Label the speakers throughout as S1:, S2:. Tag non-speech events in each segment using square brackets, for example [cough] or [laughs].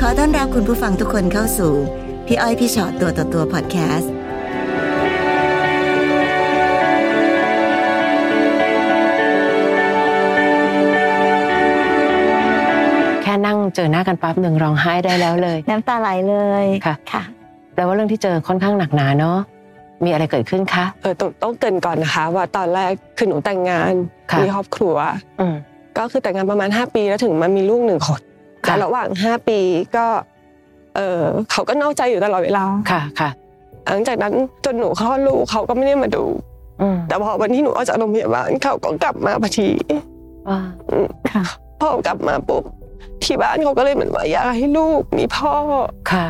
S1: ขอต้อนรับคุณผู้ฟังทุกคนเข้าสู่ พี่อ้อยพี่ชอตตัวต่อตัวพอดแคสต์
S2: แค่นั่งเจอหน้ากันปั๊บหนึ่งร้องไห้ได้แล้วเลย
S1: น้ำตาไหลเลย
S2: ค่ะ
S1: ค่ะ
S2: แปลว่าเรื่องที่เจอค่อนข้างหนักหนาเนาะมีอะไรเกิดขึ้นคะ
S3: เออต้องต้องเกรินก่อนนะคะ ว่าตอนแรกคือหนูแต่งงาน
S2: ค่ะ
S3: มีครอบครัว
S2: อืม
S3: ก็คือแต่งงานประมาณ 5 ปีแล้วถึงมามีลูกหนึ่งคน
S2: ค่ะ
S3: แต่ระหว่าง 5 ปีก็ เออเขาก็นอกใจอยู่ตลอดเวลา
S2: ค่ะค่ะ
S3: หลังจากนั้นจนหนูคลอดลูกเขาก็ไม่ได้มาดู
S2: อืม
S3: แต่พอวันที่หนูออกจากโรงพยาบาลเขาก็กลับมาพอดี
S2: อ่า
S1: ค่ะ
S3: พอกลับมาปุ๊บที่บ้านเขาก็เลยเหมือนว่าอยากให้ลูกมีพ่อ
S2: ค่ะ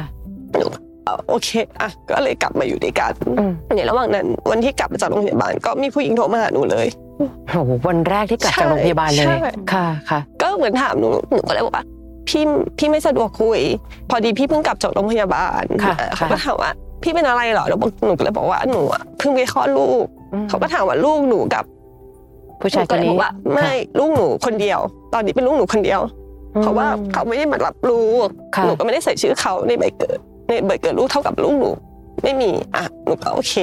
S3: หนูก็เอาโอเคอ่ะก็เลยกลับมาอยู่ด้วยกัน
S2: อืม
S3: ในระหว่างนั้น วันที่กลับมาจากโรงพยาบาลก็มีผู้หญิงโทรมาหาหนูเลย
S2: โหวันแรกที่กลับจากโรงพยาบาลเลย
S3: ใช่
S2: ค่ะค่ะ
S3: ก็เหมือนถามหนูหนูก็เลยบอกว่าพี่พี่ไม่สะดวกคุย พอดีพี่เพิ่งกลับจากโรงพยาบาล
S2: ค่ะ
S3: เขาก็ถามว่าพี่เป็นอะไรเหรอแล้วบอกหนูก็เลยบอกว่าหนูอะเพิ่งไปคลอดลูก
S2: อืม
S3: เขาก็ถามว่าลูกหนูกับ
S2: ผู้
S3: หนู
S2: ชายค
S3: ก็
S2: น
S3: เลยบ
S2: นี้
S3: อกว่าไม่ลูกหนูคนเดียว ตอนนี้เป็นลูกหนูคนเดียว
S2: อืม
S3: เพราะว่าเขาไม่ได้มารับลูก
S2: ค่ะ
S3: หนูก็ไม่ได้ใส่ชื่อเขาในใบเกิด ในใบเกิดลูกเท่ากับลูกหนูไม่มีอ่ะหนูก็โอเค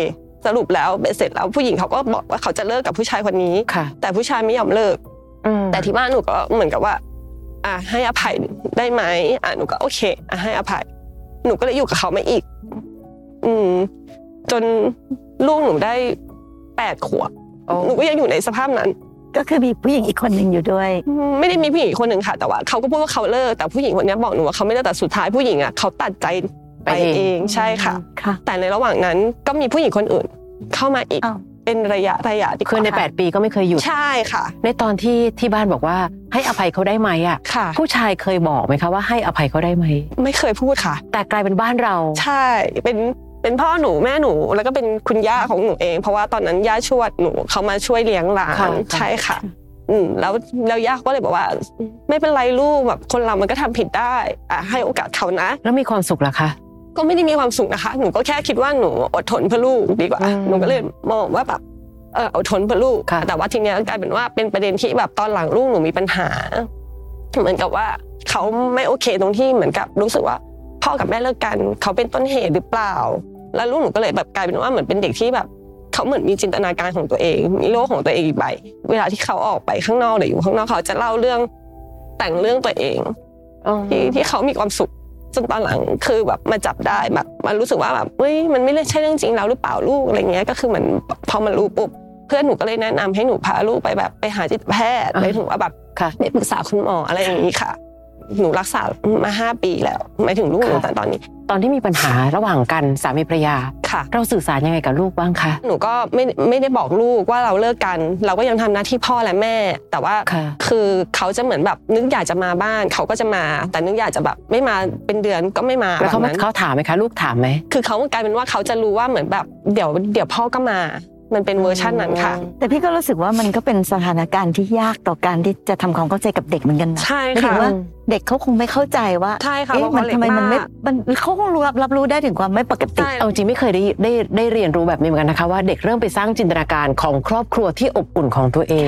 S3: สรุปแล้วเบ็ดเสร็จแล้วผู้หญิงเขาก็บอกว่าเขาจะเลิกกับผู้ชายคนนี้
S2: ค่ะ
S3: แต่ผู้ชายไม่ยอมเลิก
S2: อืม
S3: แต่ที่บ้านหนูก็เหมือนกับว่า อ่ะให้อภัยได้ไหมอ่ะหนูก็โอเคอ่ะให้อภัย หนูก็เลยอยู่กับเขามาอีก อืม จนลูกหนูได้แปดขวบ
S2: โอ้
S3: หนูก็ยังอยู่ในสภาพนั้น
S1: ก็คือมีผู้หญิงอีกคนหนึ่งอยู่ด้วย
S3: ไม่ได้มีผู้หญิงอีกคนหนึ่งค่ะ แต่ว่าเขาก็พูดว่าเขาเลิกแต่ผู้หญิงคนเนี้ยบอกหนูว่าเขาไม่เลิกแต่สุดท้ายผู้หญิงอ่ะเขาตัดใจไปเองใช่ค่ะ
S1: ค่ะ
S3: แต่ในระหว่างนั้นก็มีผู้หญิงคนอื่น เข้ามาอีก
S1: อ้าว
S3: เป็นระยะระยะดีก
S2: คือ
S3: ว่า
S2: ใน 8 ปีก็ไม่เคยหยุด
S3: ใช่ค่ะ
S2: ในตอนที่ที่บ้านบอกว่าให้อภัยเขาได้ไหมอ่ะ
S3: ค่ะ
S2: ผู้ชายเคยบอกไหมคะว่าให้อภัยเขาได้ไหม
S3: ไม่เคยพูดค่ะ
S2: แต่กลายเป็นบ้านเรา
S3: ใช่ เป็นเป็นพ่อหนูแม่หนูแล้วก็เป็นคุณย่าของหนูเอง เพราะว่าตอนนั้นย่าชวดหนูเขามาช่วยเลี้ยงหลา
S2: ค่ะ
S3: นใช่ค่ะ อืมแล้วแล้วย่าก็เลยบอกว่า ไม่เป็นไรลูกแบบคนเรามันก็ทำผิดได้อ่ะให้โอกาสเขานะ
S2: แล้วมีความสุขเหรอคะ
S3: ก็ไม่ได้มีความสุขนะคะ หนูก็แค่คิดว่าหนูอดทนเพื่อลูกดีกว่า
S2: อืม
S3: หนูก็เลยมองว่าแบบเอออดทนเพื่อลูก
S2: ค่ะ
S3: แต่ว่าทีเนี้ยกลายเป็นว่าเป็นประเด็นที่แบบตอนหลังลูกหนูมีปัญหา เหมือนกับว่าเขาไม่โอเคตรงที่เหมือนกับรู้สึกว่า พ่อกับแม่เลิกกันเขาเป็นต้นเหตุหรือเปล่า แล้วลูกหนูก็เลยแบบกลายเป็นว่าเหมือนเป็นเด็กที่แบบ เขาเหมือนมีจินตนาการของตัวเอง มีโลกของตัวเองอีกใบ เวลาที่เขาออกไปข้างนอกหรืออยู่ข้างนอกเขาจะเล่าเรื่องแต่งเรื่องตัวเอง ที่ที่เขามีความสุขจนตอนหลังคือแบบมาจับได้แบบมันรู้สึกว่าแบบเฮ้ยมันไม่ใช่เรื่องจริงแล้วหรือเปล่าลูกอะไรเงี้ยก็คือเหมือนพอมันรู้ปุ๊บเพื่อนหนูก็เลยแนะนำให้หนูพาลูกไปแบบไปหาจิตแพทย์
S2: อ่า
S3: ไปถึงว่าแบบ
S2: ค่ะ
S3: ไปปรึกษาคุณหมออะไรอย่างนี้ค่ะ หนูรักษามาห้าปีแล้วหมายถึงลูกหนู
S2: ค่ะ
S3: แต่ตอนนี้
S2: ตอนที่มีปัญหาระหว่างกันสามีภรรยา
S3: ค่ะ
S2: เราสื่อสารยังไงกับลูกบ้างคะ
S3: หนูก็ไม่ไม่ได้บอกลูกว่าเราเลิกกัน เราก็ยังทำหน้าที่พ่อและแม่ แต่ว่า
S2: ค่ะ
S3: คือเขาจะเหมือนแบบนึกอยากจะมาบ้านเขาก็จะมา แต่นึกอยากจะแบบไม่มาเป็นเดือนก็ไม่มา
S2: แล้วเขา
S3: บบนั้น
S2: เขาถามไหมคะ ลูกถามไหม
S3: คือเขากลายเป็นว่าเขาจะรู้ว่าเหมือนแบบเดี๋ยวเดี๋ยวพ่อก็มา มันเป็นเวอร์ชันนั้นค่ะ
S1: แต่พี่ก็รู้สึกว่ามันก็เป็นสถานการณ์ที่ยากต่อการที่จะทำความเข้าใจกับเด็กเหมือนกันนะ
S3: ใช่
S1: ไม่ถึ
S3: ค่ะ
S1: งว่าเด็กเขาคงไม่เข้าใจว่า
S3: ใช่ค่ะ
S1: เอ๊ะ
S3: เพราะ
S1: มัน
S3: เขาเล็ก
S1: ทำไมมันไม่
S3: าก
S1: มันเขาคงรู้รับรับรู้ได้ถึงความไม่ปกติ
S3: ใช่
S2: เอาจริงไม่เคยได้ได้ได้เรียนรู้แบบนี้เหมือนกันนะคะว่าเด็กเริ่มไปสร้างจินตนาการของครอบครัวที่อบอุ่นของตัวเอง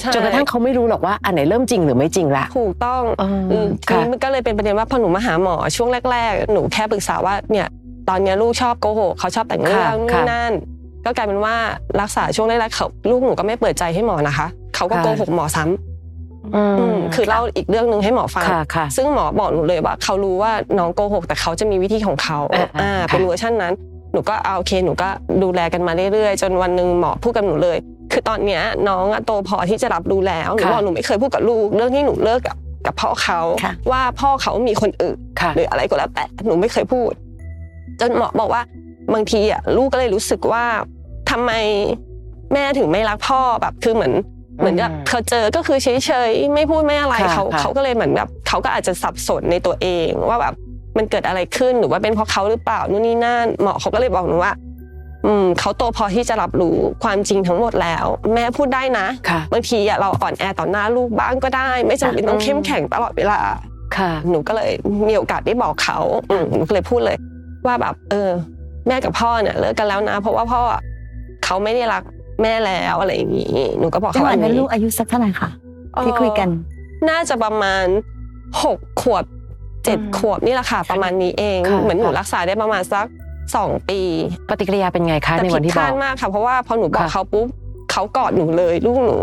S3: ใช่
S2: จนกระทั่งเขาไม่รู้หรอกว่าอันไหนเริ่มจริงหรือไม่จริงละ
S3: ถูกต้อง
S2: อืม
S3: คือ
S2: ค่ะ
S3: มันก็เลยเป็นประเด็นว่าพอหนูมาหาหมอช่วงแรก ๆ หนูแค่ปรึกษาว่าเนี่ยตอนเนี้ยลูกชอบโกหกเขาชอบแต่งเรื่อง
S2: ค่ะ
S3: นู่
S2: ค่ะ
S3: นนั่น ก็กลายเป็นว่ารักษาช่วงแรกๆเขาลูกหนูก็ไม่เปิดใจให้หมอนะคะเขาก็
S2: ค่ะ
S3: โกหกหมอซ้ำ
S2: อืม
S3: อืมคือเล่าอีกเรื่องหนึ่งให้หมอฟัง
S2: ค่ะค่ะ
S3: ซึ่งหมอบอกหนูเลยว่าเขารู้ว่าน้องโกหก แต่เขาจะมีวิธีของเขา
S2: อ่า
S3: อ่า
S2: ค่ะ
S3: เป็นเวอร์ชันนั้น หนูก็เอาโอเคหนูก็ดูแลกันมาเรื่อยๆ จนวันหนึ่งหมอพูดกับหนูเลย คือตอนเนี้ยน้องอะโตพอที่จะรับรู้แล้วหนูบอกหนูไม่เคยพูดกับลูกเรื่องที่หนูเลิกกับกับพ่อเขา
S1: ค่ะ
S3: ว่าพ่อเขามีคนอื่น
S2: ค่ะ
S3: หรืออะไรก็แล้วแต่หนูไม่เคยพูด จนหมอบอกว่าบางทีอ่ะลูกก็เลยรู้สึกว่าทำไมแม่ถึงไม่รักพ่อแบบคือเหมือน เหมือนกับ
S2: อืม
S3: เขาเจอก็คือเฉยๆไม่พูดไม่อะไร
S2: ค่ะ
S3: เขา
S2: ค่ะ
S3: เขาก็เลยเหมือนแบบเขาก็อาจจะสับสนในตัวเอง ว่าแบบมันเกิดอะไรขึ้นหรือว่าเป็นเพราะเขาหรือเปล่านู่นนี่นั่นหมอเขาก็เลยบอกหนูว่า อืมเขาโตพอที่จะรับรู้ความจริงทั้งหมดแล้ว แม่พูดได้นะ
S2: ค่ะ
S3: บางทีอะเราอ่อนแอต่อหน้าลูกบ้างก็ได้ ไม่จำเป็นต้องเข้มแข็งตลอดเวลา
S2: ค่ะ
S3: หนูก็เลยมีโอกาสได้บอกเขาอืมหนูก็เลยพูดเลย ว่าแบบ เออ แม่กับพ่อเนี่ยเลิกกันแล้วนะ เพราะว่าพ่ออะเขาไม่ได้รักแม่แล้วอะไรอย่างนี้หนูก็บอก
S1: จัง
S3: เขา
S1: หวะ
S3: อัน
S1: นั้น
S3: นี้
S1: ลูกอายุสักเท่าไหร่คะที่คุยกัน
S3: เอ่อน่าจะประมาณหกขวบ เจ็ดขวบนี่แหละค่ะประมาณนี้เอง
S2: ค่ะ
S3: เหมือนหนูรักษาได้ประมาณสักสองปี
S2: ปฏิกิริยาเป็นไงคะ
S3: แต่
S2: ใน
S3: ผิ
S2: วัน
S3: ด
S2: ที่บ
S3: คา
S2: อ
S3: ด
S2: ก
S3: มากค่ะ เพราะว่าพอหนูบอก
S2: ค่ะ
S3: เขาปุ๊บเขากอดหนูเลยลูกหนู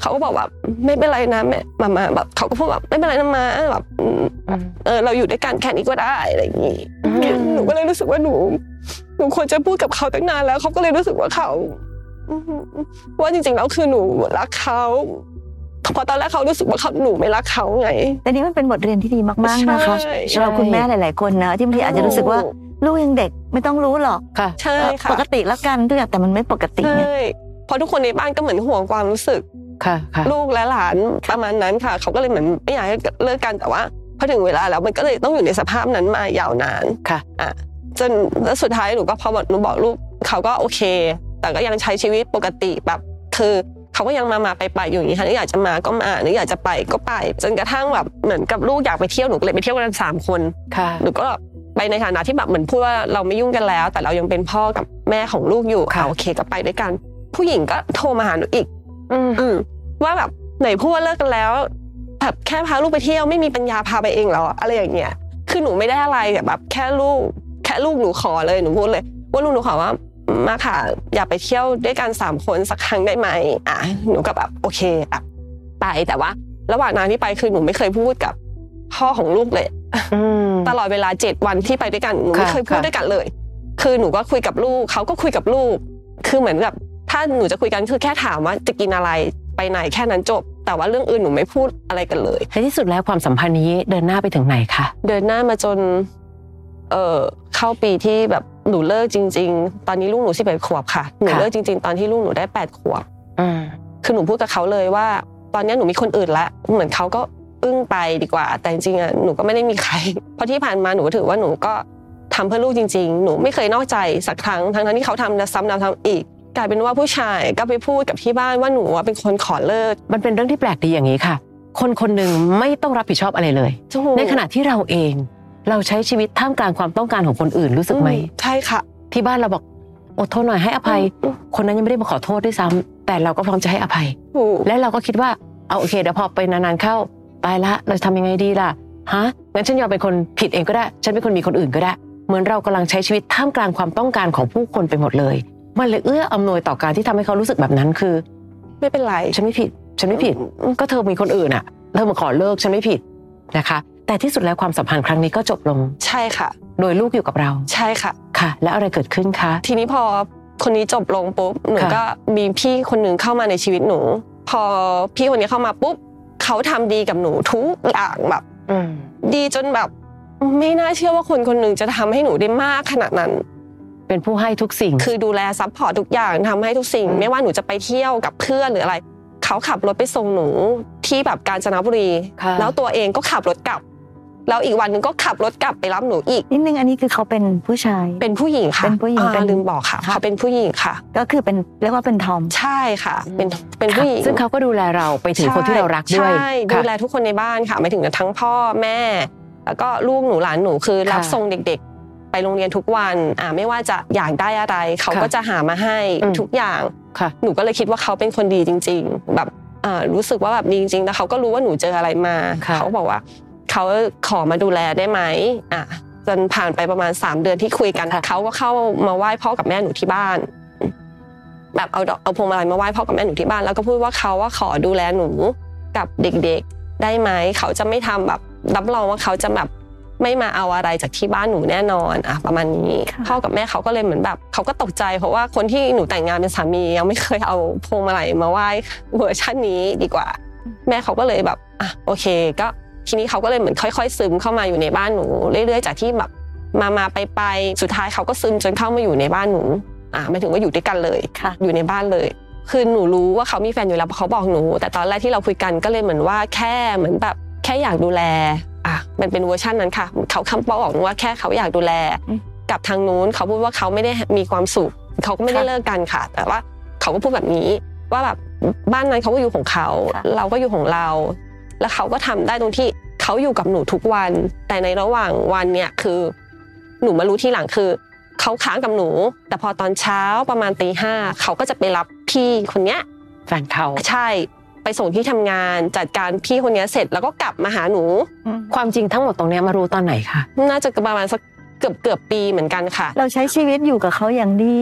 S3: เขาก็บอกว่าไม่เป็นไรนะแม่มามาแบบเขาก็พูดแบบไม่เป็นไรนะมาแบบอืม
S2: อืม
S3: เออเราอยู่ด้วยกันแค่นี้ก็ได้อะไรอย่างนี้
S2: อืม
S3: หนูก็เลยรู้สึกว่าหนูหนูควรจะพูดกับเขาตั้งนานแล้วเขาก็เลยรู้สึกว่าเขาอืมว่าจริงๆแล้วคือหนูรักเขาเพอตอนแรกเขารู้สึกว่าเขาหนูไม่รักเขาไง
S1: แต่นี่มันเป็นบทเรียนที่ดีมากๆนะคะ
S3: ใช่
S1: สำหรับคุณแม่หลาย ๆ คนนะที่บางทีอาจจะรู้สึกว่าลูกยังเด็กไม่ต้องรู้หรอก
S2: ค่ะ
S3: ใช่ค่ะ
S1: ปกติแล้วกันทุกอย่างแต่มันไม่ปกติ
S3: ใช่
S1: ไง
S3: เพราะทุกคนในบ้านก็เหมือนห่วงความรู้สึก
S2: ค่ะค่ะ
S3: ลูกและหลานประมาณนั้นค่ะ เขาก็เลยเหมือนไม่อยากให้เลิกกันแต่ว่าพอถึงเวลาแล้วมันก็เลยต้องอยู่ในสภาพนั้นมายาวนาน
S2: ค่ะ
S3: อ่ะจนแล้วสุดท้ายหนูก็พอบอกหนูบอกลูกเขาก็โอเค แต่ก็ยังใช้ชีวิตปกติแบบคือเขาก็ยังมามาไปไปอยู่อย่างนี้ค่ะหนูอยากจะมาก็มาหนูอยากจะไปก็ไป จนกระทั่งแบบเหมือนกับลูกอยากไปเที่ยวหนูก็เลยไปเที่ยวกันสามคน
S2: ค่ะ
S3: หนูก็ไปในฐานะที่แบบเหมือนพูดว่าเราไม่ยุ่งกันแล้ว แต่เรายังเป็นพ่อกับแม่ของลูกอยู่
S2: ค่ะ
S3: อ่ะโอเคก็ไปด้วยกัน ผู้หญิงก็โทรมาหาหนูอีก
S2: อืม
S3: อืมว่าแบบไหนพูดว่าเลิกกันแล้วแบบแค่พาลูกไปเที่ยวไม่มีปัญญาพาไปเองเหรออะไรอย่างเงี้ยคือหนูไม่ได้อะไรแต่แบบ แค่ลูก แค่ลูกหนูขอเลยหนูพูดเลย ว่าลูกหนูขอว่ามาค่ะอยากไปเที่ยวด้วยกันสามคนสักครั้งได้ไหมอ่ะหนูก็แบบโอเคแบบไปแต่ว่า ระหว่างนางที่ไปคือหนูไม่เคยพูดกับพ่อของลูกเลย
S2: อืม
S3: ตลอดเวลาเจ็ดวันที่ไปด้วยกันหนูไม่
S2: ค่ะ
S3: เคยพูด
S2: ค่ะ
S3: ด้วยกันเลย คือหนูก็คุยกับลูกเขาก็คุยกับลูก คือเหมือนกับถ้าหนูจะคุยกันคือแค่ถามว่าจะกินอะไรไปไหนแค่นั้นจบ แต่ว่าเรื่องอื่นหนูไม่พูดอะไรกันเลย
S2: ในที่สุดแล้วความสัมพันธ์นี้เดินหน้าไปถึงไหนคะ
S3: เดินหน้ามาจน เออเข้าปีที่แบบหนูเลิกจริง ๆ ตอนนี้ลูกหนูสิบเอ็ดขวบค่ะหนู
S2: ค่ะ
S3: เลิกจริง ๆ ตอนที่ลูกหนูได้แปดขวบ
S2: อืม
S3: คือหนูพูดกับเขาเลยว่า ตอนเนี้ยหนูมีคนอื่นละเหมือนเขาก็อึ้งไปดีกว่า แต่จริงๆอ่ะหนูก็ไม่ได้มีใคร [laughs] เพราะที่ผ่านมาหนูก็ถือว่าหนูก็ทำเพื่อลูกจริง ๆ หนูไม่เคยนอกใจสักครั้งทั้งๆที่เขาทำแล้วซ้ำแล้วทำอีก กลายเป็นว่าผู้ชายก็ไปพูดกับที่บ้านว่าหนูอ่ะเป็นคนขอเลิก
S2: มันเป็นเรื่องที่แปลกดีอย่างนี้ค่ะ คนคนหนึ่งไม่ต้องรับผิดชอบอะไรเลย ในขณะที่เราเอง เราใช้ชีวิตท่ามกลางความต้องการของคนอื่นรู้สึกไหม
S3: อืใช่ค่ะ
S2: ที่บ้านเราบอกอดทนหน่อยให้อภัย คนนั้นยังไม่ได้มาขอโทษด้วยซ้ำแต่เราก็พร้อมจะให้อภัย
S3: ถูก
S2: และเราก็คิดว่าเอาโอเคเดี๋ยวพอไปนานๆเข้าตายละเราจะทำยังไงดีล่ะฮะงั้นฉันยอมเป็นคนผิดเองก็ได้ ฉันเป็นคนมีคนอื่นก็ได้ เหมือนเรากำลังใช้ชีวิตท่ามกลางความต้องการของผู้คนไปหมดเลย มันเลยเอื้ออำนวยต่อการที่ทำให้เขารู้สึกแบบนั้นคือ
S3: ไม่เป็นไร
S2: ฉันไม่ผิด ฉันไม่ผิด ก็เธอมีคนอื่นอ่ะ เธอมาขอเลิกฉันไม่ผิดนะคะ แต่ที่สุดแล้วความสัมพันธ์ครั้งนี้ก็จบลง
S3: ใช่ค่ะ
S2: โดยลูกอยู่กับเรา
S3: ใช่ค่ะ
S2: ค่ะ แล้วอะไรเกิดขึ้นคะ
S3: ทีนี้พอคนนี้จบลงปุ๊บหนู
S2: ค่ะ
S3: ก็มีพี่คนหนึ่งเข้ามาในชีวิตหนู พอพี่คนนี้เข้ามาปุ๊บเขาทำดีกับหนูทุกอย่างแบบ ดีจนแบบไม่น่าเชื่อว่าคนคนหนึ่งจะทำให้หนูได้มากขนาดนั้น
S2: เป็นผู้ให้ทุกสิ่ง
S3: คือดูแลซัพพอร์ตทุกอย่างทำให้ทุกสิ่ง
S2: อืม
S3: ไม่ว่าหนูจะไปเที่ยวกับเพื่อนหรืออะไร เขาขับรถไปส่งหนูที่แบบกาญจนบุรี
S2: ค่ะ
S3: แล้วตัวเองก็ขับรถกลับ แล้วอีกวันหนึงก็ขับรถกลับไปรับหนูอีก
S1: นิดนึงอันนี้คือเขาเป็นผู้ชาย
S3: เป็นผู้หญิงค่ะ
S1: เป็นผู้หญิง
S3: อ่า
S1: เป็น
S3: ลืมบอกค่ะ
S1: ค่ะ
S3: เขาเป็นผู้หญิงค่ะ
S1: ก็คือเป็นเรียกว่าเป็นทอม
S3: ใช่ค่ะ เป็น
S2: อืม
S3: เป็นผู้หญิง
S2: ซึ่งเขาก็ดูแลเราไปถึงคนที่เรารักด้วย
S3: ใช่ดู
S2: ค่ะ
S3: แลทุกคนในบ้านค่ะหมายถึงทั้งพ่อแม่ แล้วก็ลูกหนูหลานหนูคือ
S2: ค่ะ
S3: รับส่งเด็กๆ ไปโรงเรียนทุกวันอ่าไม่ว่าจะอยากได้อะไร เขา
S2: ค่ะ
S3: ก็จะหามาให้
S2: อืม
S3: ทุกอย่าง
S2: ค่ะ
S3: หนูก็เลยคิดว่าเขาเป็นคนดีจริง ๆ แบบอ่ารู้สึกว่าแบบดีจริงๆแต่เขาก็รู้ว่าหนูเจออะไรมา
S2: ค่ะ
S3: เขาบอกว่า เขาขอมาดูแลได้ไหมอ่ะจนผ่านไปประมาณสามเดือนที่คุยกันเขาก็เข้ามาไหว้พ่อกับแม่หนูที่บ้าน แบบเอาดอกเอาพวงมาลัยมาไหว้พ่อกับแม่หนูที่บ้านแล้วก็พูดว่าเขาว่าขอดูแลหนูกับเด็กๆได้ไหมเขาจะไม่ทำแบบรับรองว่าเขาจะแบบไม่มาเอาอะไรจากที่บ้านหนูแน่นอนอ่ะประมาณนี้
S1: ค่ะ
S3: พ่อกับแม่เขาก็เลยเหมือนแบบเขาก็ตกใจ เพราะว่าคนที่หนูแต่งงานเป็นสามียังไม่เคยเอาพวงมาลัยมาไหว้เวอร์ชันนี้ดีกว่า แม่เขาก็เลยแบบอ่ะโอเค ก็ทีนี้เขาก็เลยเหมือนค่อย ๆ ซึมเข้ามาอยู่ในบ้านหนูเรื่อยๆจากที่แบบมามาไปไปๆสุดท้ายเขาก็ซึมจนเข้ามาอยู่ในบ้านหนูอ่ะหมายถึงว่าอยู่ด้วยกันเลย
S1: ค่ะ
S3: อยู่ในบ้านเลย คือหนูรู้ว่าเขามีแฟนอยู่แล้วเพราะเขาบอกหนู แต่ตอนแรกที่เราคุยกันก็เลยเหมือนว่าแค่เหมือนแบบแค่อยากดูแล อ่ะ มันเป็นเวอร์ชันนั้นค่ะ เขาคำบอกว่าแค่เขาอยากดูแล
S1: อืม
S3: กับทางนู้นเขาพูดว่าเขาไม่ได้มีความสุข เขาก็ไม่ได้เลิกกันค่ะ แต่ว่าเขาก็พูดแบบนี้ ว่าแบบบ้านนั้นเขาก็อยู่ของเขา
S1: ค่ะ
S3: เราก็อยู่ของเรา แล้วเขาก็ทำได้ตรงที่เขาอยู่กับหนูทุกวัน แต่ในระหว่างวันเนี่ยคือ หนูมารู้ทีหลังคือ เขาค้างกับหนู แต่พอตอนเช้าประมาณตีห้าเขาก็จะไปรับพี่คนเนี้ย
S2: แฟนเขา
S3: ใช่ ไปส่งที่ทำงานจัดการพี่คนเนี้ยเสร็จแล้วก็กลับมาหาหนู
S1: อืม
S2: ความจริงทั้งหมดตรงเนี้ยมารู้ตอนไหนคะ
S3: น่าจะประมาณสักเกือบเกือบปีเหมือนกันค่ะ
S1: เราใช้ชีวิตอยู่กับเขาอย่างดี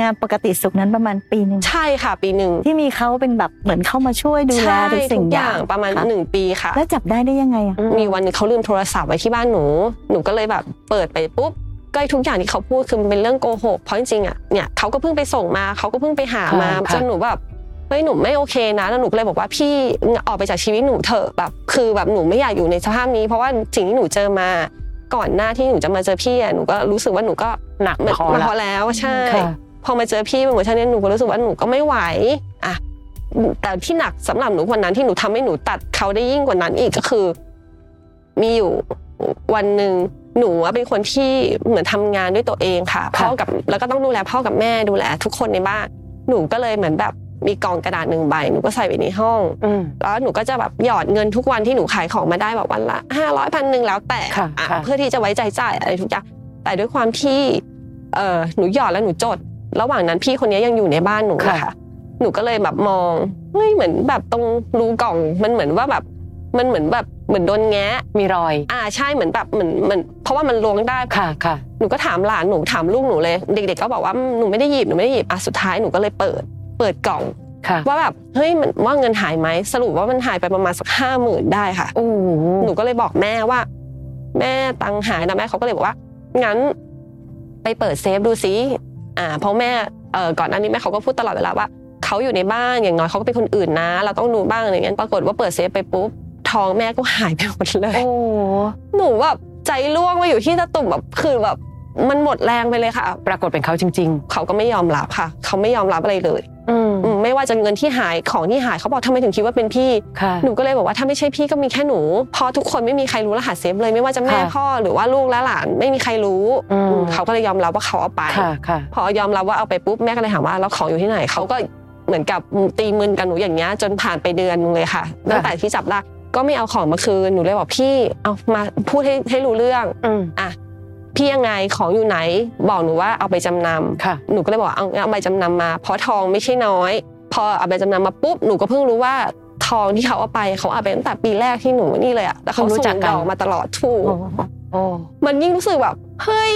S1: งานปกติสุขนั้นประมาณปีหนึ่ง
S3: ใช่ค่ะปีหนึ่ง
S1: ที่มีเขาเป็นแบบเหมือนเข้ามาช่วยดูแล
S3: ใช่
S1: ทุกสิ่
S3: ทุ
S1: ง
S3: กอย่
S1: อา
S3: ย่างงประมาณ
S1: ค่
S3: หนึ่งปีค่ะ
S1: แล้วจับได้ได้ยังไงอะ
S3: มีวันหนึงเขาลืมโทรศัพท์ไว้ที่บ้านหนู หนูก็เลยแบบเปิดไปปุ๊บก็ไอ้ทุกอย่างที่เขาพูดคือมันเป็นเรื่องโกหก เพราะจริงๆอ่ะเนี่ยเขาก็เพิ่งไปส่งมาเขาก็เพิ่งไปหามาจนหนูแบบเฮ้ยหนูไม่โอเคนะแล้วหนูก็เลยบอกว่าพี่ออกไปจากชีวิตหนูเถอะแบบคือแบบหนูไม่อยากอยู่ในสภาพนี้ เพราะว่าสิ่งที่หนูเจอมาก่อนหน้าที่หนูจะมาเจอพี่อ่ะหนูก็รู้สึกว่าหนูก็
S2: หนัก
S3: เหมือน
S2: พอ
S3: มา
S2: ละ
S3: พอแล้วใช่
S2: ค่ะ
S3: พอมาเจอพี่เป็นเวอร์ชันนี้หนูก็รู้สึกว่าหนูก็ไม่ไหวอะแต่ที่หนักสำหรับหนูวันนั้นที่หนูทำให้หนูตัดเขาได้ยิ่งกว่านั้นอีกก็คือ มีอยู่วันหนึ่งหนูอะเป็นคนที่เหมือนทำงานด้วยตัวเองค่ะ
S2: ค่ะ
S3: พ่อกับแล้วก็ต้องดูแลพ่อกับแม่ดูแลทุกคนในบ้านหนูก็เลยเหมือนแบบมีกองกระดาษหนึ่งใบหนูก็ใส่ไว้ในห้อง
S2: อืม
S3: แล้วหนูก็จะแบบหยอดเงินทุกวันที่หนูขายของมาได้แบบวันละห้าร้อยพันหนึ่งแล้วแต่
S2: ค่ะ
S3: อ่ะ
S2: ค่ะ
S3: เพื่อที่จะไว้ใจจ่ายอะไรทุกอย่างแต่ด้วยความที่เออหนูหยอดแล้วหนูจด ระหว่างนั้นพี่คนนี้ยังอยู่ในบ้านหนูนะคะหนูก็เลยแบบมองเฮ้ยเหมือนแบบตรงรูกล่องมันเหมือนว่าแบบมันเหมือนแบบเหมือนโดนแงะ
S2: มีรอย
S3: อ่าใช่เหมือนแบบเหมือนเหมือนเพราะว่ามันล้วงได้
S2: ค่ะค่ะ
S3: หนูก็ถามหลานหนูถามลูกหนูเลย เด็กๆก็บอกว่าอืมหนูไม่ได้หยิบหนูไม่ได้หยิบอ่ะสุดท้ายหนูก็เลยเปิด เปิดกล่อง
S2: ค่ะ
S3: ว่าแบบเฮ้ยมันว่าเงินหายไหมสรุปว่ามันหายไปประมาณสักห้าหมื่นได้ค่ะ
S2: โอ้โห
S3: หนูก็เลยบอกแม่ว่า แม่ตังค์หายนะแม่เขาก็เลยบอกว่า งั้น ไปเปิดเซฟดูซิอ่าเพราะแม่เออก่อนหน้านี้แม่เขาก็พูดตลอดเวลาว่าเขาอยู่ในบ้านอย่างน้อยเขาก็เป็นคนอื่นนะ เราต้องดูบ้างอะไรเงี้ยปรากฏว่าเปิดเซฟไปปุ๊บทองแม่ก็หายไปหมดเลย
S2: โอ้โห
S3: หนูแบบใจร่วงมาอยู่ที่ตะตุ่มแบบคือแบบ มันหมดแรงไปเลยค่ะ
S2: ปรากฏเป็นเขาจริง
S3: เขาก็ไม่ยอมรับค่ะ เขาไม่ยอมรับอะไรเลย
S2: ๆ อืม
S3: อืมไม่ว่าจะเงินที่หายของที่หายเขาบอกทำไมถึงคิดว่าเป็นพี่
S2: ค่ะ
S3: หนูก็เลยบอกว่าถ้าไม่ใช่พี่ก็มีแค่หนูเพราะทุกคนไม่มีใครรู้รหัสเซฟเลยไม่ว่าจะแม่
S2: ค่ะ
S3: พ่อหรือว่าลูกและหลานไม่มีใครรู้
S2: อืม
S3: อืมเขาก็เลยยอมรับว่าเขาเอาไป
S2: ค่ะค่ะ
S3: พอยอมรับว่าเอาไปปุ๊บแม่ก็เลยถามว่าแล้วของอยู่ที่ไหนเขาก็เหมือนกับตีมึนกับหนูอย่างเงี้ยจนผ่านไปเดือนนึงเลยค่ะตั้งแต่ที่จับได้ก็ไม่เอาของมาคืนหนูเลยบอกพี่เอามาพูดให้ให้รู้เรื่อง
S2: อืม
S3: อ่ะพี่ยังไงของอยู่ไหน บอกหนูว่าเอาไปจำนำ
S2: ค่ะ
S3: หนูก็เลยบอกว่าเอาเอาใบจำนำมา เพราะทองไม่ใช่น้อย พอเอาใบจำนำมาปุ๊บหนูก็เพิ่งรู้ว่าทองที่เขาเอาไปเขาเอาไปตั้งแต่ปีแรกที่หนูนี่เลยอะแล้วเขา
S2: รู้
S3: ส่
S2: จัก
S3: ง
S2: กัน
S3: ดอกมาตลอดถูก
S2: โอ้โอ้
S3: มันยิ่งรู้สึกแบบเฮ้ย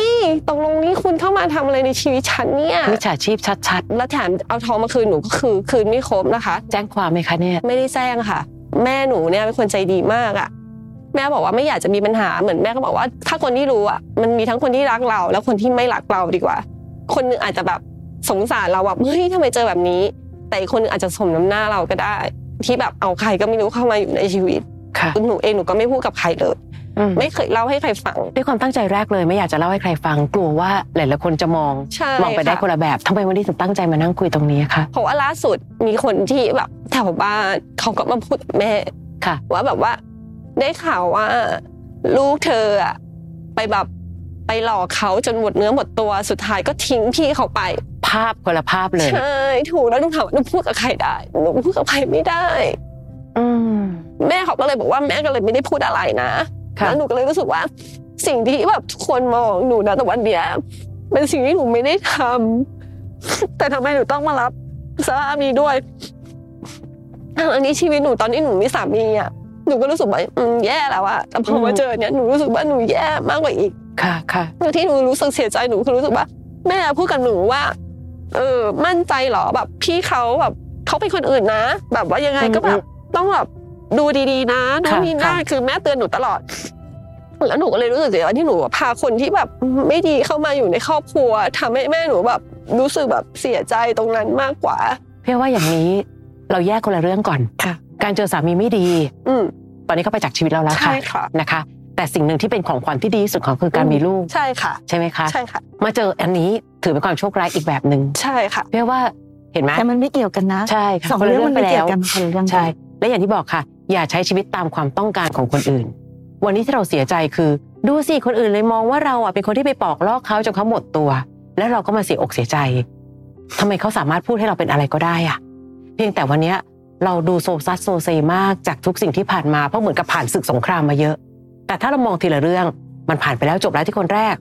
S3: ตกลงนี้คุณเข้ามาทำอะไรในชีวิตฉันเนี่ย
S2: มิจฉาชีพชัด
S3: แล้วแถมเอาทองมาคืนหนูก็คือคืนไม่ครบนะคะ
S2: ๆ แจ้งความไหมคะเนี่ย
S3: ไม่ได้แจ้งค่ะ แม่หนูเนี่ยเป็นคนใจดีมากอะแม่บอกว่าไม่อยากจะมีปัญหาเหมือนแม่ก็บอกว่า ถ้าคนที่รู้อะมันมีทั้งคนที่รักเรา แล้วคนที่ไม่รักเราดีกว่า คนหนึงอาจจะแบบสงสารเราแบบเฮ้ยทำไมเจอแบบนี้ แต่อีกคนหนึงอาจจะสมน้ำหน้าเราก็ได้ ที่แบบเอาใครก็ไม่รู้เข้ามาอยู่ในชีวิต
S2: ค่ะ
S3: หนูเองหนูก็ไม่พูดกับใครเลย
S2: อืม
S3: ไม่เคยเล่าให้ใครฟัง
S2: ด้วยความตั้งใจแรกเลยไม่อยากจะเล่าให้ใครฟัง กลัวว่าหลายๆคนจะมอง
S3: ใช่
S2: มองไปได้
S3: ค่ะ
S2: คนละแบบทำไมวันนี้ถึงตั้งใจมานั่งคุยตรงนี้คะ
S3: เพราะว่าล่าสุดมีคนที่แบบแถวบ้านเขาก็มาพูดกับแม่
S2: ค่ะ
S3: ว่าแบบว่า ได้ข่าวว่า ลูกเธออะไปแบบไปหลอกเขาจนหมดเนื้อหมดตัวสุดท้ายก็ทิ้งพี่เขาไป
S2: ภาพคนละภาพเลย
S3: ใช่ถูกแล้วหนูถามว่าหนูพูดกับใครได้หนูพูดกับใครไม่ได้
S2: อืม
S3: แม่เขาก็เลยบอกว่าแม่ก็เลยไม่ได้พูดอะไรนะ
S2: ค่ะ
S3: แล้วหนูก็เลยรู้สึกว่า สิ่งที่แบบทุกคนมองหนูนะแต่วันเนี้ยเป็นสิ่งที่หนูไม่ได้ทำแต่ทำไม [laughs] หนูต้องมารับสามีด้วยอันนี้ชีวิตหนูตอนที่หนูมีสามีอ่ะหนูก็รู้สึกว่าอืมแย่แล้วอะแต่พอมาเจอเนี้ยหนูรู้สึกว่าหนูแย่มากกว่าอีก
S2: ค่ะค่ะ
S3: ที่หนูรู้สึกเสียใจหนูคือรู้สึกว่า แม่พูดกับหนูว่า เออ มั่นใจเหรอแบบพี่เขาแบบเขาเป็นคนอื่นนะ แบบว่ายังไงก็แบบต้องแบบดูดีๆนะนู่น
S2: ค่ะ
S3: นี่นั่น
S2: ค่ะ
S3: คือแม่เตือนหนูตลอด แล้วหนูก็เลยรู้สึกเสียใจที่หนูพาคนที่แบบไม่ดีเข้ามาอยู่ในครอบครัวทำให้แม่หนูแบบรู้สึกแบบเสียใจตรงนั้นมากกว่า
S2: เพี่ว่าอย่างนี้เราแยกคนละเรื่องก่อน
S3: ค่ะ
S2: การเจอสามีไม่ดี
S3: อืม
S2: ตอนนี้เขาไปจากชีวิตเราแล้ว
S3: ใช่
S2: ค่ะ
S3: ค่ะ
S2: นะคะ แต่สิ่งหนึ่งที่เป็นของขวัญที่ดีที่สุดของคือการ
S3: อืม
S2: มีลูก
S3: ใช่ค่ะ
S2: ใช่ไหมคะ
S3: ใช่ค่ะ
S2: มาเจออันนี้ถือเป็นความโชคร้ายอีกแบบหนึ่ง
S3: ใช่ค่ะ
S2: เพี่ว่าเห็นไหม
S1: แต่มันไม่เกี่ยวกันนะ
S2: ใช่ค่ะ
S1: สอง
S2: คนละ
S1: เรื่องมัน
S2: ไป
S1: ไม่เกี่ย
S2: แล้ว ว
S1: กันคนละเรื่อง
S2: ใช่ และอย่างที่บอกค่ะ อย่าใช้ชีวิตตามความต้องการของคนอื่น วันนี้ที่เราเสียใจคือ ดูสิคนอื่นเลยมองว่าเราอ่ะเป็นคนที่ไปปอกลอกเขาจนเขาหมดตัว แล้วเราก็มาเสียอกเสียใจทำไมเขาสามารถพูดให้เราเป็นอะไรก็ได้อ่ะ เพียงแต่วันเนี้ยเราดูโซซัสโซเซมากจากทุกสิ่งที่ผ่านมาเพราะเหมือนกับผ่านศึกสงครามมาเยอะ แต่ถ้าเรามองทีละเรื่องมันผ่านไปแล้วจบแล้วที่คนแรก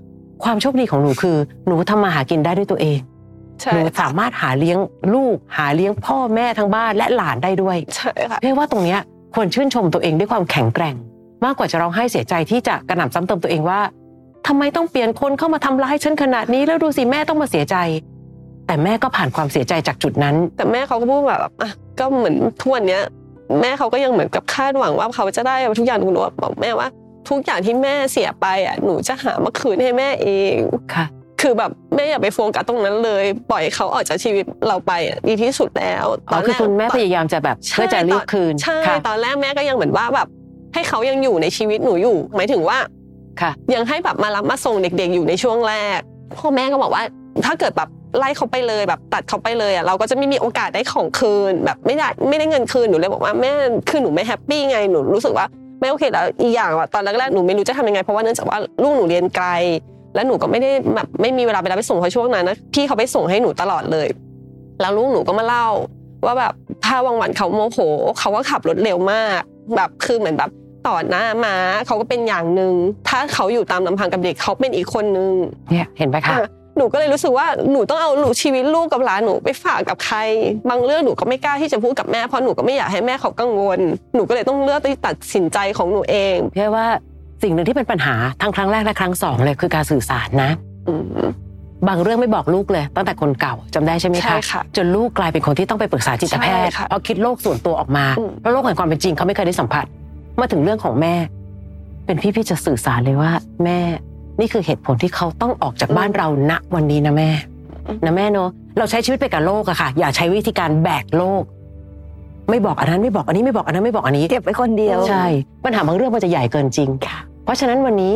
S2: ความโชคดีของหนูคือ หนูทำมาหากินได้ด้วยตัวเอง
S3: ใช่
S2: หนู
S3: ค่ะ
S2: สามารถหาเลี้ยงลูก หาเลี้ยงพ่อแม่ทั้งบ้านและหลานได้ด้วย
S3: ใช่ค่ะ
S2: เรียกว่าตรงเนี้ยควรชื่นชมตัวเองด้วยความแข็งแกร่ง มากกว่าจะร้องไห้เสียใจที่จะกระหน่ำซ้ำเติมตัวเองว่าทำไมต้องเปลี่ยนคนเข้ามาทำร้ายฉันขนาดนี้แล้วดูสิแม่ต้องมาเสียใจ แต่แม่ก็ผ่านความเสียใจจากจุดนั้น
S3: แต่แม่เขาก็พูดแบบอ่ะก็เหมือนทุกวันเนี้ย แม่เขาก็ยังเหมือนกับคาดหวังว่าเขาจะได้ทุกอย่างหนูบอกแม่ว่า ทุกอย่างที่แม่เสียไปอ่ะหนูจะหามาคืนให้แม่เอง
S2: ค่ะ
S3: คือแบบแม่อย่าไปโฟกัสตรงนั้นเลย ปล่อยเขาออกจากชีวิตเราไปอ่ะดีที่สุดแล้ว
S2: อ๋อคือคุณแม่พยายามจะแบบเพื่อจะรีบคืน
S3: ใช่
S2: ค่ะ
S3: ตอนแรกแม่ก็ยังเหมือนว่าแบบ ให้เขายังอยู่ในชีวิตหนูอยู่ หมายถึงว่า
S2: ค่ะ
S3: ยังให้แบบมารับมาส่งเด็กๆอยู่ในช่วงแรกพ่อแม่ก็บอกว่า ถ้าเกิดแบบไล่เขาไปเลยแบบตัดเขาไปเลยอ่ะเราก็จะไม่มีโอกาสได้ของคืน แบบไม่ได้ไม่ได้เงินคืนหนูเลยบอกว่าแม่คือหนูไม่แฮปปี้ไงหนูรู้สึกว่าไม่โอเคแล้วอีกอย่างอ่ะตอนแรกๆหนูไม่รู้จะทำยังไงเพราะว่าเนื่องจากว่าลูกหนูเรียนไกล แล้วหนูก็ไม่ได้แบบไม่มีเวลาไปรับไปส่งเขาช่วงนั้นนะพี่เขาไปส่งให้หนูตลอดเลย แล้วลูกหนูก็มาเล่า ว่าแบบถ้าวังวันเขาโมโหเขาก็ขับรถเร็วมาก แบบคือเหมือนแบบต่อหน้าม้าเขาก็เป็นอย่างหนึ่งถ้าเขาอยู่ตามลำพังกับเด็กเขาเป็นอีกคนนึง
S2: เนี่ยเห็นไหมคะ
S3: เออหนูก็เลยรู้สึกว่าหนูต้องเอาลูกชีวิตลูกกับหลานหนูไปฝากกับใคร บางเรื่องหนูก็ไม่กล้าที่จะพูดกับแม่เพราะหนูก็ไม่อยากให้แม่เขากังวล หนูก็เลยต้องเลือกที่ตัดสินใจของหนูเอง
S2: เรียกว่าสิ่งหนึ่งที่เป็นปัญหาทั้งครั้งแรกและครั้งสองเลยคือการสื่อสารนะ
S3: อืม
S2: บางเรื่องไม่บอกลูกเลย ตั้งแต่คนเก่าจำได้ใช่ไหมคะ
S3: ใช่ค่ะ
S2: จนลูกกลายเป็นคนที่ต้องไปปรึกษาจิตแพทย์
S3: ใช่ค่ะ
S2: เพราะคิดโลกส่วนตัวออกมา
S3: อืม
S2: เพราะโลกแห่งความเป็นจริงเขาไม่เคยได้สัมผัส มาถึงเรื่องของแม่ เป็นพี่พี่จะสื่อสารเลยว่า แม่ นี่คือเหตุผลที่เขาต้องออกจากบ้านเราณวันนี้นะแม่นะแม่เนาะเราใช้ชีวิตไปกับโลกอะค่ะ อย่าใช้วิธีการแบกโลก ไม่บอกอันนั้นไม่บอกอันนี้ไม่บอกอันนั้นไม่บอกอันนี้
S1: เก็บไว้คนเดียว
S2: ใช่ ปัญหาบางเรื่องมันจะใหญ่เกินจริงค่ะ เพราะฉะนั้นวันนี้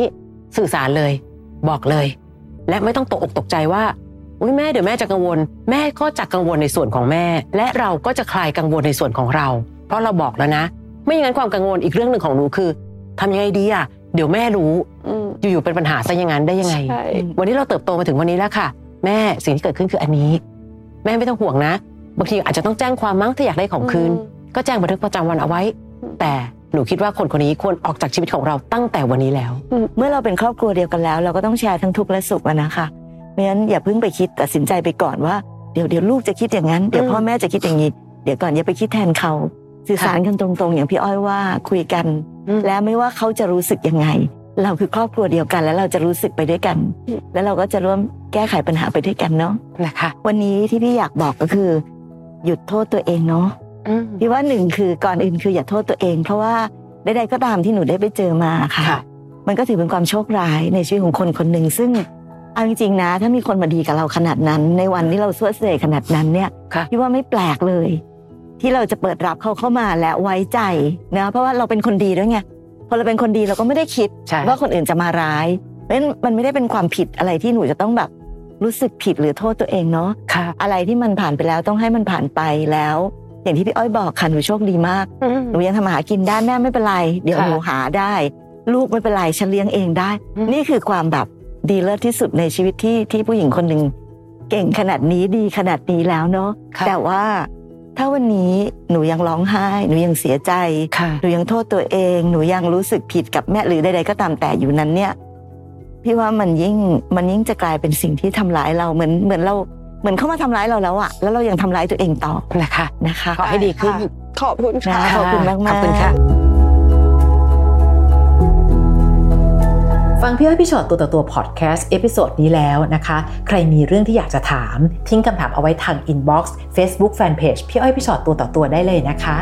S2: สื่อสารเลยบอกเลย และไม่ต้องตกอกตกใจว่าอุ้ยแม่เดี๋ยวแม่จะกังวล แม่ก็จะกังวลในส่วนของแม่ และเราก็จะคลายกังวลในส่วนของเรา เพราะเราบอกแล้วนะ ไม่อย่างนั้นความกังวลอีกเรื่องหนึ่งของหนูคือทำยังไงดีอ่ะเดี๋ยวแม่รู้
S3: อืม
S2: อยู่ๆเป็นปัญหาซะอย่างนั้นได้ยังไง
S3: ใช่
S2: วันนี้เราเติบโตมาถึงวันนี้แล้วค่ะ แม่สิ่งที่เกิดขึ้นคืออันนี้ แม่ไม่ต้องห่วงนะบางทีอาจจะต้องแจ้งความมั้งถ้าอยากได้ของคืน ก็แจ้งบันทึกประจำวันเอาไว้ แต่หนูคิดว่าคนคนนี้ควรออกจากชีวิตของเราตั้งแต่วันนี้แล้ว
S1: เมื่อเราเป็นครอบครัวเดียวกันแล้ว เราก็ต้องแชร์ทั้งทุกข์และสุขอะนะคะเพราะฉะนั้นอย่าเพิ่งไปคิดตัดสินใจไปก่อนว่าเดี๋ยวเดี๋ยวลูกจะคิดอย่างนั้นเดี๋ยวพ่อแม่จะคิดอย่างนี้เดี๋ยวก่อนอย่าไปคิดแทนเขาสื่อสารกันตรงๆ อย่างพี่อ้อยว่าคุยกัน
S2: อืม
S1: และไม่ว่าเขาจะรู้สึกยังไง เราคือครอบครัวเดียวกันแล้วเราจะรู้สึกไปด้วยกัน แล้วเราก็จะร่วมแก้ไขปัญหาไปด้วยกันเนาะ
S2: นะคะ
S1: วันนี้ที่พี่อยากบอกก็คือ หยุดโทษตัวเองเนาะ พี่ว่าหนึ่งคือก่อนอื่นคืออย่าโทษตัวเอง เพราะว่าใดๆก็ตามที่หนูได้ไปเจอมาค่ะ
S2: ค่ะ
S1: มันก็ถือเป็นความโชคร้ายในชีวิตของคนคนหนึ่งซึ่งเอาจริงๆนะ ถ้ามีคนมาดีกับเราขนาดนั้น ในวันที่เราซวดเสยขนาดนั้นเนี่ย
S2: ค่ะ
S1: พี่ว่าไม่แปลกเลย ที่เราจะเปิดรับเขาเข้ามาและไว้ใจนะเพราะว่าเราเป็นคนดีด้วยไงพอเราเป็นคนดีเราก็ไม่ได้คิด
S2: ใช่
S1: ว่าคนอื่นจะมาร้ายเพราะฉะนั้นมันไม่ได้เป็นความผิดอะไรที่หนูจะต้องแบบรู้สึกผิดหรือโทษตัวเองเนาะ
S2: ค่ะ
S1: อะไรที่มันผ่านไปแล้วต้องให้มันผ่านไปแล้ว อย่างที่พี่อ้อยบอกค่ะหนูโชคดีมาก
S2: อืม
S1: หนูยังทำมาหากินได้แม่ไม่เป็นไร เดี๋ยว
S2: ค่ะ
S1: หนูหาได้ ลูกไม่เป็นไรฉันเลี้ยงเองได้
S2: อืม
S1: นี่คือความแบบดีเลิศที่สุดในชีวิตที่ที่ผู้หญิงคนหนึ่งเก่งขนาดนี้ดีขนาดนี้แล้วเนาะ
S2: ค่ะ
S1: แต่ว่าถ้าวันนี้หนูยังร้องไห้ หนูยังเสียใจ
S2: ค่ะ
S1: หนูยังโทษตัวเอง หนูยังรู้สึกผิดกับแม่หรือใดๆก็ตามแต่อยู่นั้นเนี่ย พี่ว่ามันยิ่งมันยิ่งจะกลายเป็นสิ่งที่ทำร้ายเราเหมือนเหมือนเราเหมือนเข้ามาทำร้ายเราแล้วอะแล้วเรายังทำร้ายตัวเองต่อ
S2: นะคะ
S1: นะคะ
S2: ขอให้ดีขึ้น
S3: ขอบคุณค่ะ
S1: ขอบคุณมากๆ
S2: ขอบคุณค่ะ
S4: ฟังพี่อ้อยพี่ชอตตัวต่อตัวพอดแคสต์ เอพิโซดนี้แล้วนะคะ ใครมีเรื่องที่อยากจะถาม ทิ้งคำถามเอาไว้ทางอินบ็อกซ์เฟซบุ๊กแฟนเพจพี่อ้อยพี่ชอตตัวต่อตัวได้เลยนะคะ